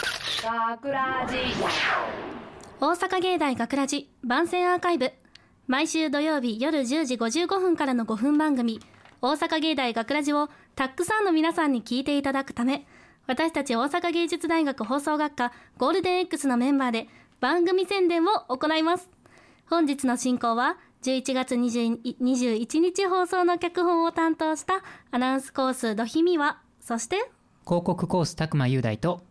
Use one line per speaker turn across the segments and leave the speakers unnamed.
学ラジ
大阪芸大学ラジ番宣アーカイブ毎週土曜日夜10時55分からの5分番組「大阪芸大学ラジをたくさんの皆さんに聞いていただくため私たち大阪芸術大学放送学科ゴールデン X のメンバーで番組宣伝を行います本日の進行は11月20 21日放送の脚本を担当したアナウンスコースドヒミワそして
広告コース拓磨雄大と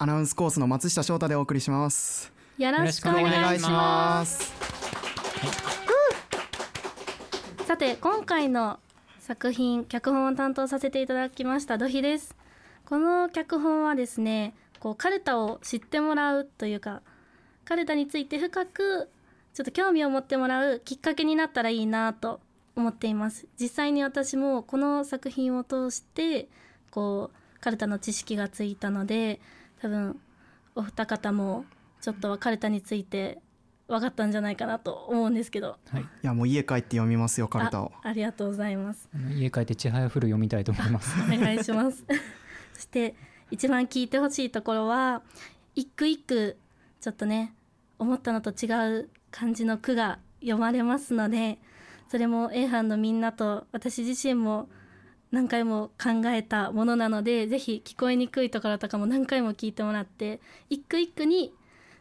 アナウンスコースの松下翔太でお送りします。。
よろしくお
よろ
願
願
い
い
し
し
ま
ます
すさて今回の作品脚本を担当させていただきましたドヒですこの脚本はですねこうカルタを知ってもらうというかカルタについて深くちょっと興味を持ってもらうきっかけになったらいいなと思っています実際に私もこの作品を通してこうカルタの知識がついたので多分お二方もちょっとはカルタについて分かったんじゃないかなと思うんですけど
はい
いやもう家帰って読みますよカルタを。
あありがとうございます
あの家帰ってちはやふる読みたいと思います。
お願いしますそして一番聞いてほしいところは一句一句ちょっとね思ったのと違う感じの句が読まれますのでそれも A 班のみんなと私自身も何回も考えたものなのでぜひ聞こえにくいところとかも何回も聞いてもらって一句一句に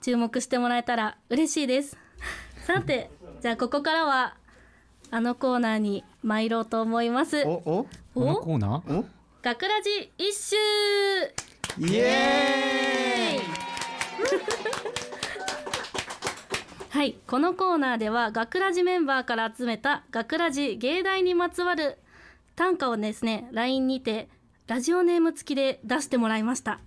注目してもらえたら嬉しいです さてじゃあここからはあのコーナーに参ろうと思います
おお
このコーナー
お
学ラジ一周
イエ
はいこのコーナーでは学ラジメンバーから集めた学ラジ芸大にまつわる短歌をですね LINE にてラジオネーム付きで出してもらいました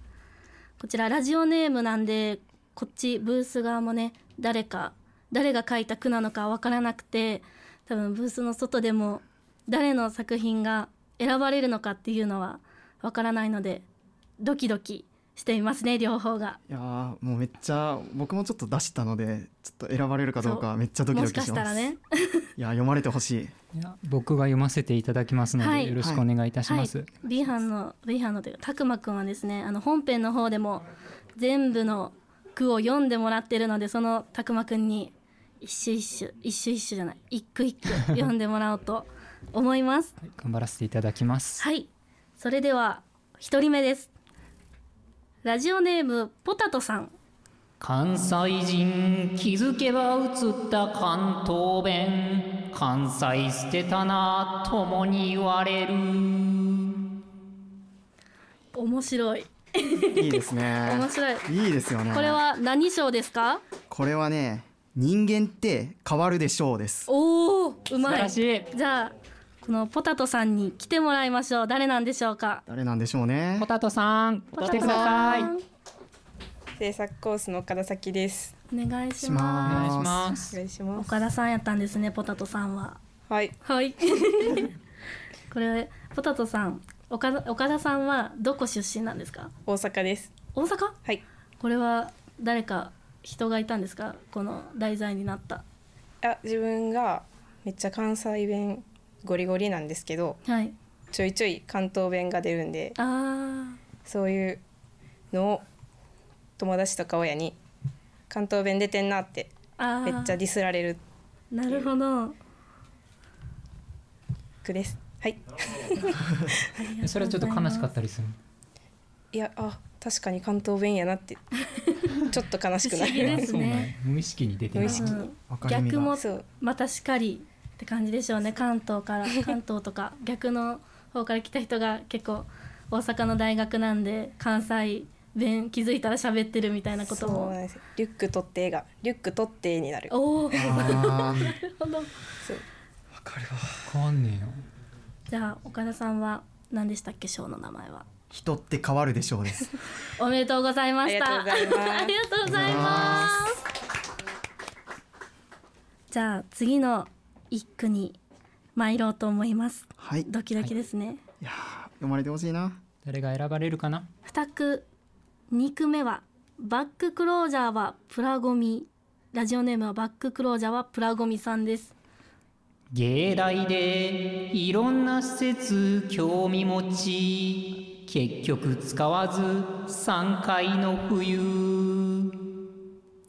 こちらラジオネームなんでこっちブース側もね誰か誰が書いた句なのかわからなくて多分ブースの外でも誰の作品が選ばれるのかっていうのはわからないのでドキドキしていますね両方が。
イ。いやーもうめっちゃ僕もちょっと出したのでちょっと選ばれるかどうかめっちゃドキ
も
ド
し
キ
か
し
し
ます。
たらね。
いや読まれてほしい。
いや僕が読ませていただきますので、
はい
よろしくお願いいたします。
はい、B 班の B 班のというかたくまくんはですねあの本編の方でも全部の句を読んでもらってるのでそのたくまくんに一首一首一首一首じゃない一句一句読んでもらおうと思います
はい頑張らせていただきます。
はいそれでは一人目ですラジオネームポタトさん
関西人気づけば映った関東弁関西捨てたなともに言われる
面白い
いいですね。
面白い
い。いいですよね。
これは何賞ですか
これはね人間って変わるでしょうです。
おおうまい
素晴らし
じゃあこのポタトさんに来てもらいましょう誰なんでしょうか
誰なんでしょうね
ポ。タトさん来てくださいお
制作コースの岡田咲です。
お願いし
しま
ます
願いします
お願いします。
岡田さんやったんですねポタトさんは
はい。
はい これポタトさん岡田岡田さんはどこ出身なんですか
大阪です。
大阪
はい。
これは誰か人がいたんですかこの題材になった
あ、自分がめっちゃ関西弁ゴリゴリなんですけど、
はい
ちょいちょい関東弁が出るんで、
あー
そういうのを友達とか親に関東弁出てんなって
あ
めっちゃ
ー
ディスられる
なるほど
句です。はい。
それはちょっと悲しかったりする
いや、あ、確かに関東弁やな って、ちょっと悲しくな
不思議
る。
で
あ
す
そうなんや
ね
無意識に出て
無
る
意識
うん
わかりみが
逆も
そう。
またしかりって感じでしょうね関東から 関東とか逆の方から来た人が結構大阪の大学なんで関西弁気づいたら喋ってるみたいなこと
そうな
も
んですよリュック取ってがリュック取ってになる
おおなる
あー
ほど
そう
変わんねえよ。
じゃあ岡田さんは何でしたっけ賞の名前は
人って変わるでしょうです。
おめでとうございました
ありがとうございます
ありがとうございますじゃあ次の一句に参ろうと思います
はい。い
ドキドキですね、
やー読まれてほしいな。
誰が選ばれるかな。
二句二句目はバッククロージャーはプラゴミラジオネームはバッククロージャーはプラゴミさんです
芸大でいろんな施設興味持ち結局使わず3回の冬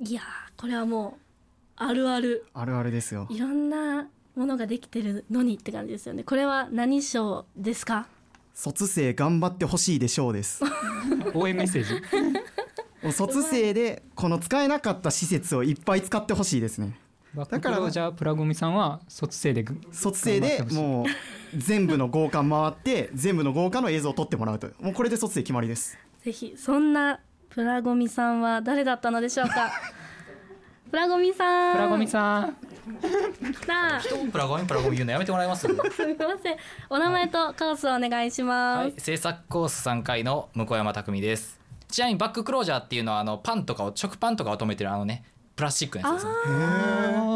いやーこれはもうあるある
あるあるですよ
いろんなものができてるのにって感じですよねこれは何賞ですか
卒生頑張ってほしいでしょうです
応援メッ セージ
もう卒生でこの使えなかった施設をいっぱい使ってほしいですね
だからじゃあプラゴミさんは卒生でぐ
卒生でもう全部の合間回って全部の合間の映像を撮ってもらうともうこれで卒生決まりです
ぜひそんなプラゴミさんは誰だったのでしょう かプラゴミさん
プラゴミさん
さあす
人をプラゴミプラゴミ言うのやめてもらえます は
みませんお名前とカオスをお願いします、
い制作コース3回の向山拓実ですちなみにバッククロージャーっていうのはあのパンとかを食パンとかを止めてるあのねプラスチックのやつですね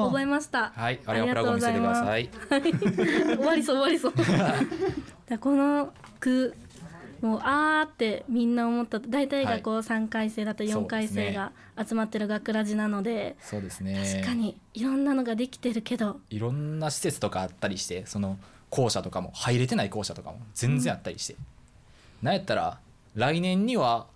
覚えました
はいあれをプラゴミしててください
終わりそう終わり そうでこの句もうあーってみんな思った大体がこう3回生だったり
そう
4
で
回
す
生
ね
が集まってる学ラジなので,、
そうですね
確かにいろんなのができてるけど
いろんな施設とかあったりしてその校舎とかも入れてない校舎とかも全然あったりして、なんやったら来年には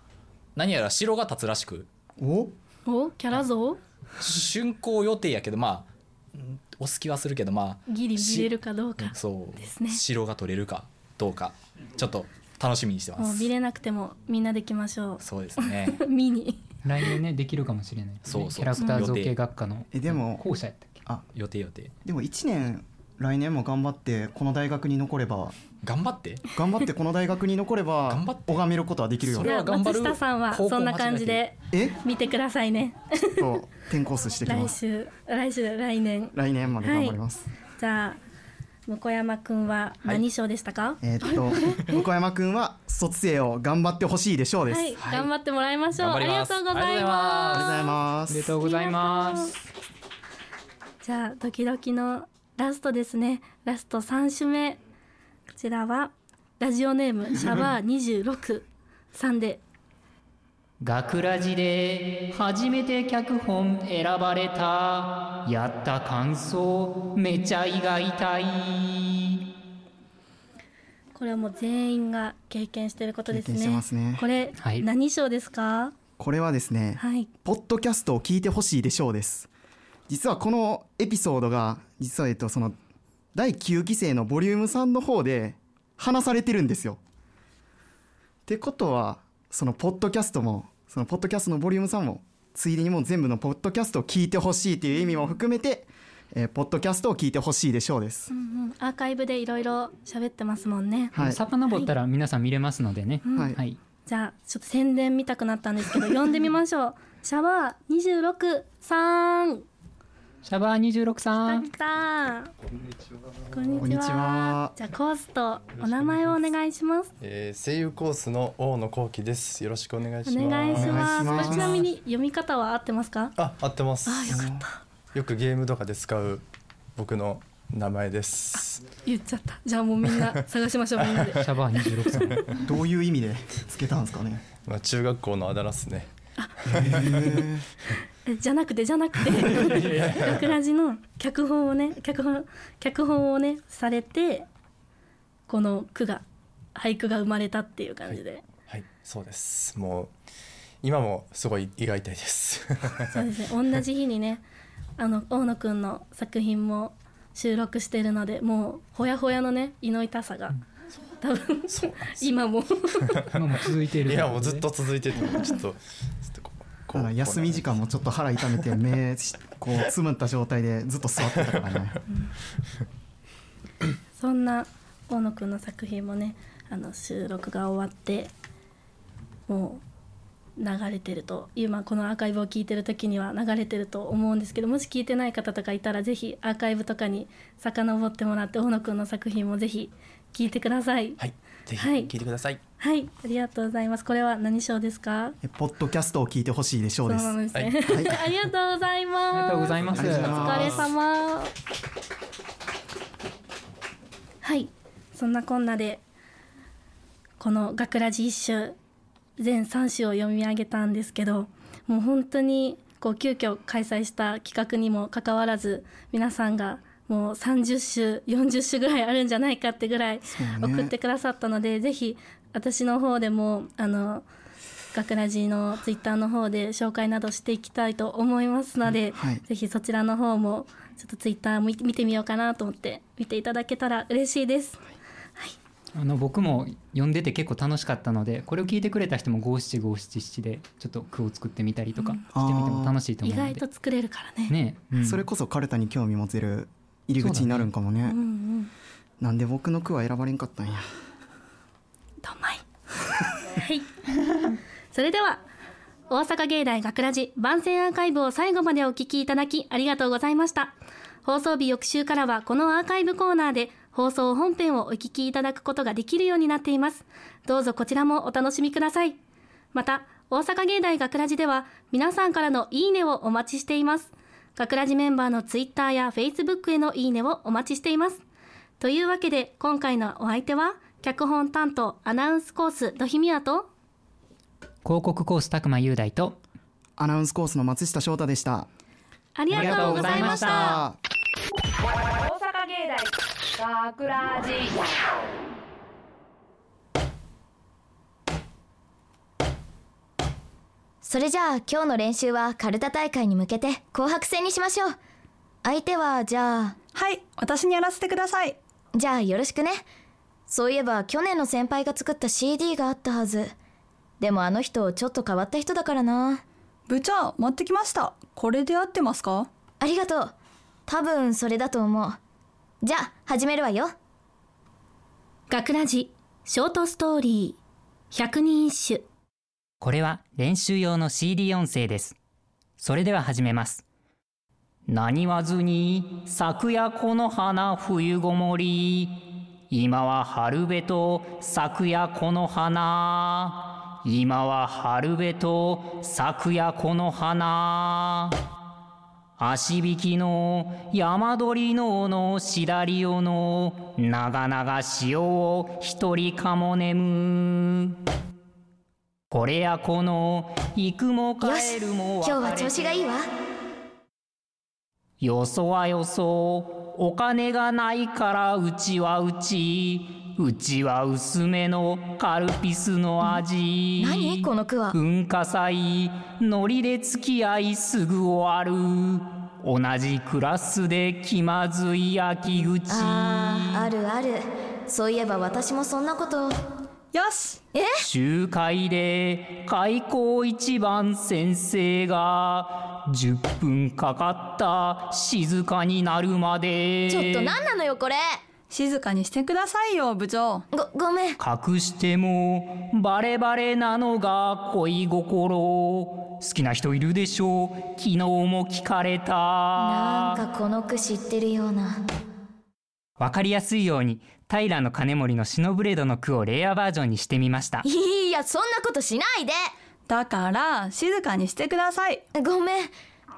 何やら城が建つらしく
お
おキャラ像
竣工予定やけどまあうんお好きはするけどまあ
ギリ見れるかどう
う
か
んそう
ですね
城が取れるかどうかちょっと楽しみにしてま
もう
す
見れなくてもみんなできましょ
そうですね
う 見に
来年ねできるかもしれないですね、
そうそう
キャラクター造形学科の
えでも
校舎やったっけ
あ
予定予定
でも1年来年も頑張ってこの大学に残れば
頑張って
頑張ってこの大学に残れば
頑張って
拝めることはできるよ
それは頑張る
松下さんはそんな感じで
え
見てくださいね
ちょっと転校数してきま
来
す
週来週 来年
来年まで頑張ります、
じゃあ向山くんは何賞でしたか、
えーっと向山くんは卒生を頑張ってほしいでしょうです、
はい、頑張ってもらいましょう。あ
頑張
り
り
が
ます
とうござい
ありがとうござい
ま
ます
おめでとうございます
す。じゃあ、ドキドキのラストですね。ラスト三種目。こちらはラジオネー ムシャバー二十六さんで。
学ラジで初めて脚本選ばれたやった感想めちゃ胃が痛い
これはもう全員が経験してることですね。
経験してますね
これ、
はい
何賞ですか。
これはですね、
はい。
ポッドキャストを聞いてほしいでしょうです実はこのエピソードが実はえっとその第9期生のボリューム3の方で話されてるんですよってことはそのポッドキャストもそのポッドキャストのボリューム3もついでにもう全部のポッドキャストを聞いてほしいという意味も含めて、えーポッドキャストを聞いてほしいでしょうです
うんうん、アーカイブでいろいろ喋ってますもんね。
はい
遡ったら皆さん見れますのでね、
はい
はい、
じゃあ、ちょっと宣伝見たくなったんですけど、読んでみまし ょう。シャバー二十六さん。
シャバー26さん
来たこんにちは。
こんにちは
じゃあコースとお名前をお願いします。
えー、声優コースの大野幸喜です。よろしくお願い
お
します。
願いします。
お願いします
これちなみに読み方は合ってますか？
あ、合ってます。
あよかっ
よくゲームとかで使う僕の名前です。
言っちゃった。じゃあもうみんな 探しましょうみんなで。
シャバー26さん
どういう意味でつけたんですかね
まあ中学校のあだ名っすね。
えじゃなくてじゃなくて、学ラジの脚本をね脚本脚本をねされてこの句が俳句が生まれたっていう感じで。
はい、そうです。もう今もすごい胃が痛いです。
そうですね。同じ日にね、あの大野くんの作品も収録してるので、もうほやほやのね胃の痛さが、多分
そう
今も
今も続いている
い
とい
や
こ
もう
とで
ずっと続いてて ちょっとちょっとこ
ただ休み時間もちょっと腹痛めて目しこうつむった状態でずっと座ってたからね
そんな大野くんの作品もね、あの収録が終わって、もう流れてると今このアーカイブを聞いてる時には流れてると思うんですけどもし聞いてない方とかいたらぜひアーカイブとかに遡ってもらって大野くんの作品もぜひ聞いてください
はい、ぜひ
はい
聞いてください。
はい、ありがとうございます。これは何賞ですか？
えポッドキャストを聞いてほしいでしょうです。
そうなんですね。
はい
ありがとうございます。
ありがとうございます
ありがとうござい
お
ま
疲れ様。はい、そんなこんなでこの学ラジ一周全三種を読み上げたんですけど、もう本当にこう急遽開催した企画にもかかわらず皆さんがもう30種40種ぐらいあるんじゃないかってぐらい
そうね
送ってくださったので、ぜひ私の方でもあの学ラジのツイッターの方で紹介などしていきたいと思いますので、
はい
ぜひそちらの方もちょっとツイッターも見見てみようかなと思って見ていただけたら嬉しいです。
あの僕も読んでて結構楽しかったのでこれを聞いてくれた人も五七五七七でちょっと句を作ってみたりとかしてみても楽しいと
意
思うので、
外と作れるからね。
ね、うん
それこそカルタに興味持てる入り口になるんかもね
うんうん。
なんで僕の句は選ばれんかったんや
どまい。はい。それでは大阪芸大学ラジ番宣アーカイブを最後までお聞きいただきありがとうございました。放送日翌週からはこのアーカイブコーナーで放送本編をお聞きいただくことができるようになっています。どうぞこちらもお楽しみください。また、大阪芸大学ラジでは皆さんからのいいねをお待ちしています。学ラジメンバーのツイッターやフェイスブックへのいいねをお待ちしています。というわけで今回のお相手は脚本担当アナウンスコースドヒミヤと
広告コース拓磨雄大と
アナウンスコースの松下翔太でした
ありがとうございました。
大阪芸大がくらじ
それじゃあ今日の練習はカルタ大会に向けて紅白戦にしましょう相手はじゃあ
はい私にやらせてください
じゃあよろしくねそういえば去年の先輩が作った CD があったはずでもあの人ちょっと変わった人だからな
部長持ってきましたこれで合ってますか
ありがとう多分それだと思うじゃあ始めるわよ
学ラジショートストーリー百人一首
これは練習用の CD 音声です。それでは始めます。何わずに昨夜この花冬ごもり今は春べと昨夜この花今は春べと昨夜この花足引きの山鳥ののしだりおの長々潮を一人かも眠むこれやこの行くも
よ
帰
し
るも
今日は調子がいいわ
よそはよそお金がないからうちはうちうちは薄めのカルピスの味
何この句は
文化祭ノリで付き合いすぐ終わる同じクラスで気まずい秋口
あーあるあるそういえば私もそんなこと
よし
集会で開校一番先生が10分かかった静かになるまで
ちょっと何なのよこれ
静かにしてくださいよ部長
ごごめん
隠してもバレバレなのが恋心好きな人いるでしょう昨日も聞かれた
なんかこの句知ってるような
わかりやすいように平の金森のシノブレードの句をレアバージョンにしてみました
いやそんなことしないで
だから静かにしてください
ごめんっ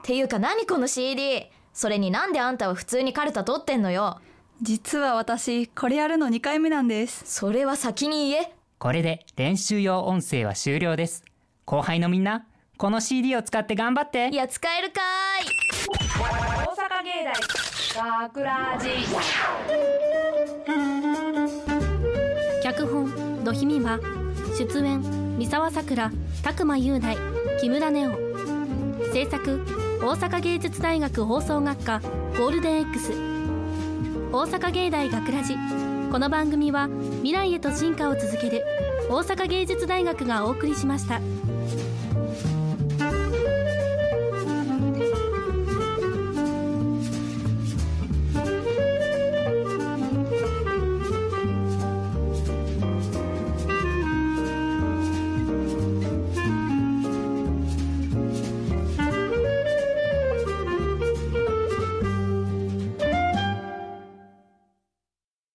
ていうか何この CD それになんであんたは普通にカルタ取ってんのよ
実は私これやるの2回目なんです
それは先に言え
これで練習用音声は終了です後輩のみんなこの CD を使って頑張って
いや使えるかーい
大阪芸大がくらじ
脚本ドヒミは出演三沢さくら拓磨雄大木村ネオ制作大阪芸術大学放送学科ゴールデン X 大阪芸大学ラジこの番組は未来へと進化を続ける大阪芸術大学がお送りしました。